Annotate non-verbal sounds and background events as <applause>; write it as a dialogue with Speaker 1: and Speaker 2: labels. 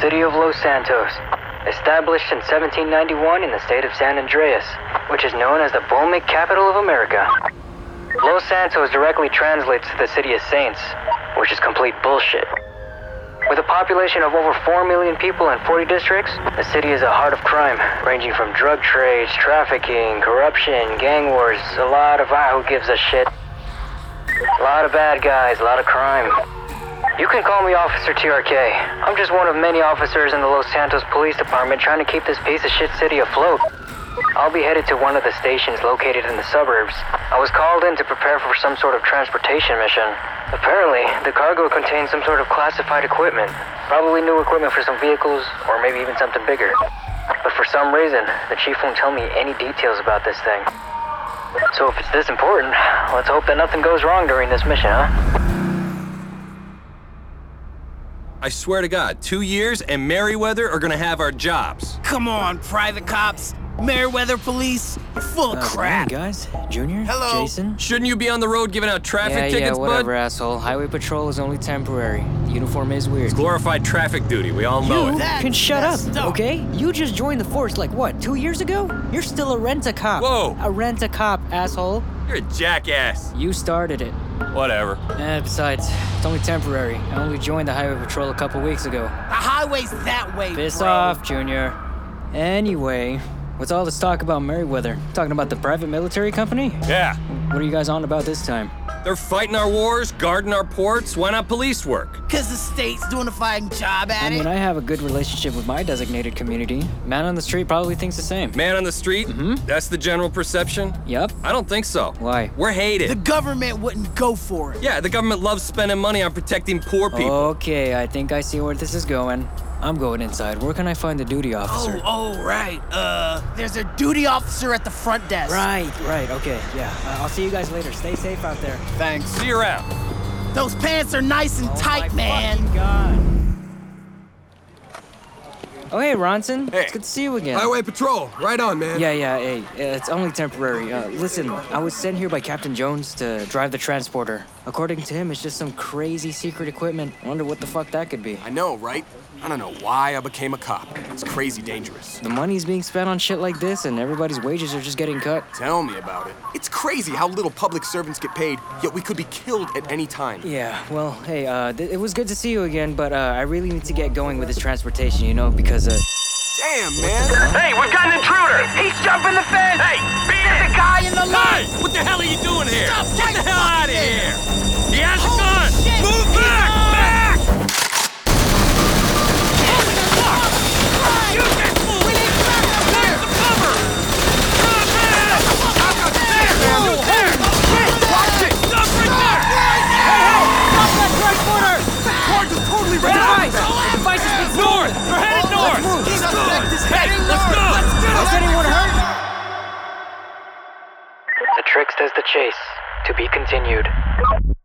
Speaker 1: city of Los Santos, established in 1791 in the state of San Andreas, which is known as the Bulmic capital of America. Los Santos directly translates to the city of saints, which is complete bullshit. With a population of over 4 million people in 40 districts, the city is a heart of crime, ranging from drug trades, trafficking, corruption, gang wars, a lot of ah, who gives a shit. A lot of bad guys, a lot of crime. You can call me Officer TRK. I'm just one of many officers in the Los Santos Police Department trying to keep this piece of shit city afloat. I'll be headed to one of the stations located in the suburbs. I was called in to prepare for some sort of transportation mission. Apparently, the cargo contained some sort of classified equipment. Probably new equipment for some vehicles, or maybe even something bigger. But for some reason, the chief won't tell me any details about this thing. So if it's this important, let's hope that nothing goes wrong during this mission, huh?
Speaker 2: I swear to God, two years and Merriweather are gonna have our jobs.
Speaker 3: Come on, private cops. Merriweather police, full of
Speaker 1: Uh,
Speaker 3: crap.
Speaker 1: hey, guys, Junior,
Speaker 3: Hello.
Speaker 1: Jason.
Speaker 2: Shouldn't you be on the road giving out traffic
Speaker 1: yeah,
Speaker 2: tickets,
Speaker 1: yeah, whatever,
Speaker 2: bud?
Speaker 1: asshole. Highway patrol is only temporary. The uniform is weird.
Speaker 2: Glorified traffic duty, we all know
Speaker 3: You-
Speaker 2: it. <laughs>
Speaker 3: That's
Speaker 4: can shut up,
Speaker 3: Oh, messed up.
Speaker 4: okay? You just joined the force like what, two years ago? You're still a rent a cop.
Speaker 2: Whoa.
Speaker 4: A rent a cop, asshole.
Speaker 2: You're a jackass.
Speaker 4: You started it.
Speaker 2: Whatever.
Speaker 4: Eh, besides, it's only temporary. I only joined the highway patrol a couple weeks ago.
Speaker 3: The highway's that way,
Speaker 4: Piss
Speaker 3: bro.
Speaker 4: off, Junior. Anyway, what's all this talk about Merriweather? Talking about the private military company?
Speaker 2: Yeah.
Speaker 4: What are you guys on about this time?
Speaker 2: They're fighting our wars, guarding our ports. Why not police work?
Speaker 3: Cause the state's doing a fine job at
Speaker 4: I
Speaker 3: it.
Speaker 4: mean, I have a good relationship with my designated community. Man on the street probably thinks the same.
Speaker 2: Man on the street? That's the general perception?
Speaker 4: Yup.
Speaker 2: I don't think so.
Speaker 4: Why?
Speaker 2: We're hated.
Speaker 3: the government wouldn't go for
Speaker 2: <laughs>
Speaker 3: it.
Speaker 2: yeah, the government loves spending money on protecting
Speaker 1: Oh.
Speaker 2: poor people.
Speaker 4: Okay, I think I see where this is going. I'm going inside. Where can I find the duty
Speaker 3: Oh,
Speaker 4: officer?
Speaker 3: oh, right. Uh, there's a duty officer at the front desk.
Speaker 4: Right, right, okay, yeah. Uh, I'll see you guys later. Stay safe out there.
Speaker 3: Thanks.
Speaker 2: See you around.
Speaker 3: Those pants are nice and tight,
Speaker 4: Oh my
Speaker 3: man.
Speaker 4: fucking God. Oh, hey, Ronson.
Speaker 2: Hey.
Speaker 4: It's good to see you again.
Speaker 5: Highway Patrol, right on, man.
Speaker 4: Yeah, yeah, hey, uh, it's only temporary. Uh, listen, I was sent here by Captain Jones to drive the transporter. According to him, it's just some crazy secret equipment. I wonder what the fuck that could be.
Speaker 5: I know, right? I don't know why I became a cop. It's crazy dangerous.
Speaker 4: The money's being spent on shit like this, and everybody's wages are just getting cut.
Speaker 5: Tell me about it. It's crazy how little public servants get paid, yet we could be killed at any time.
Speaker 4: Yeah, well, hey, uh, th- it was good to see you again, but uh, I really need to get going with this transportation, you know, because uh,
Speaker 5: Damn, man.
Speaker 6: Hey, we've got an intruder! He's jumping the fence! Hey, beat There's a guy in the
Speaker 2: Hey! What the hell are you doing here?
Speaker 3: Stop
Speaker 2: Get
Speaker 3: right
Speaker 2: the hell
Speaker 3: fucking
Speaker 2: out of
Speaker 3: there.
Speaker 2: here! He has a
Speaker 3: Holy
Speaker 2: gun!
Speaker 3: shit,
Speaker 2: Move
Speaker 3: he's
Speaker 2: back!
Speaker 3: on.
Speaker 2: Back! North! We're headed north! Hey, let's go!
Speaker 4: Is anyone hurt?
Speaker 1: The trickster's the chase. To be continued.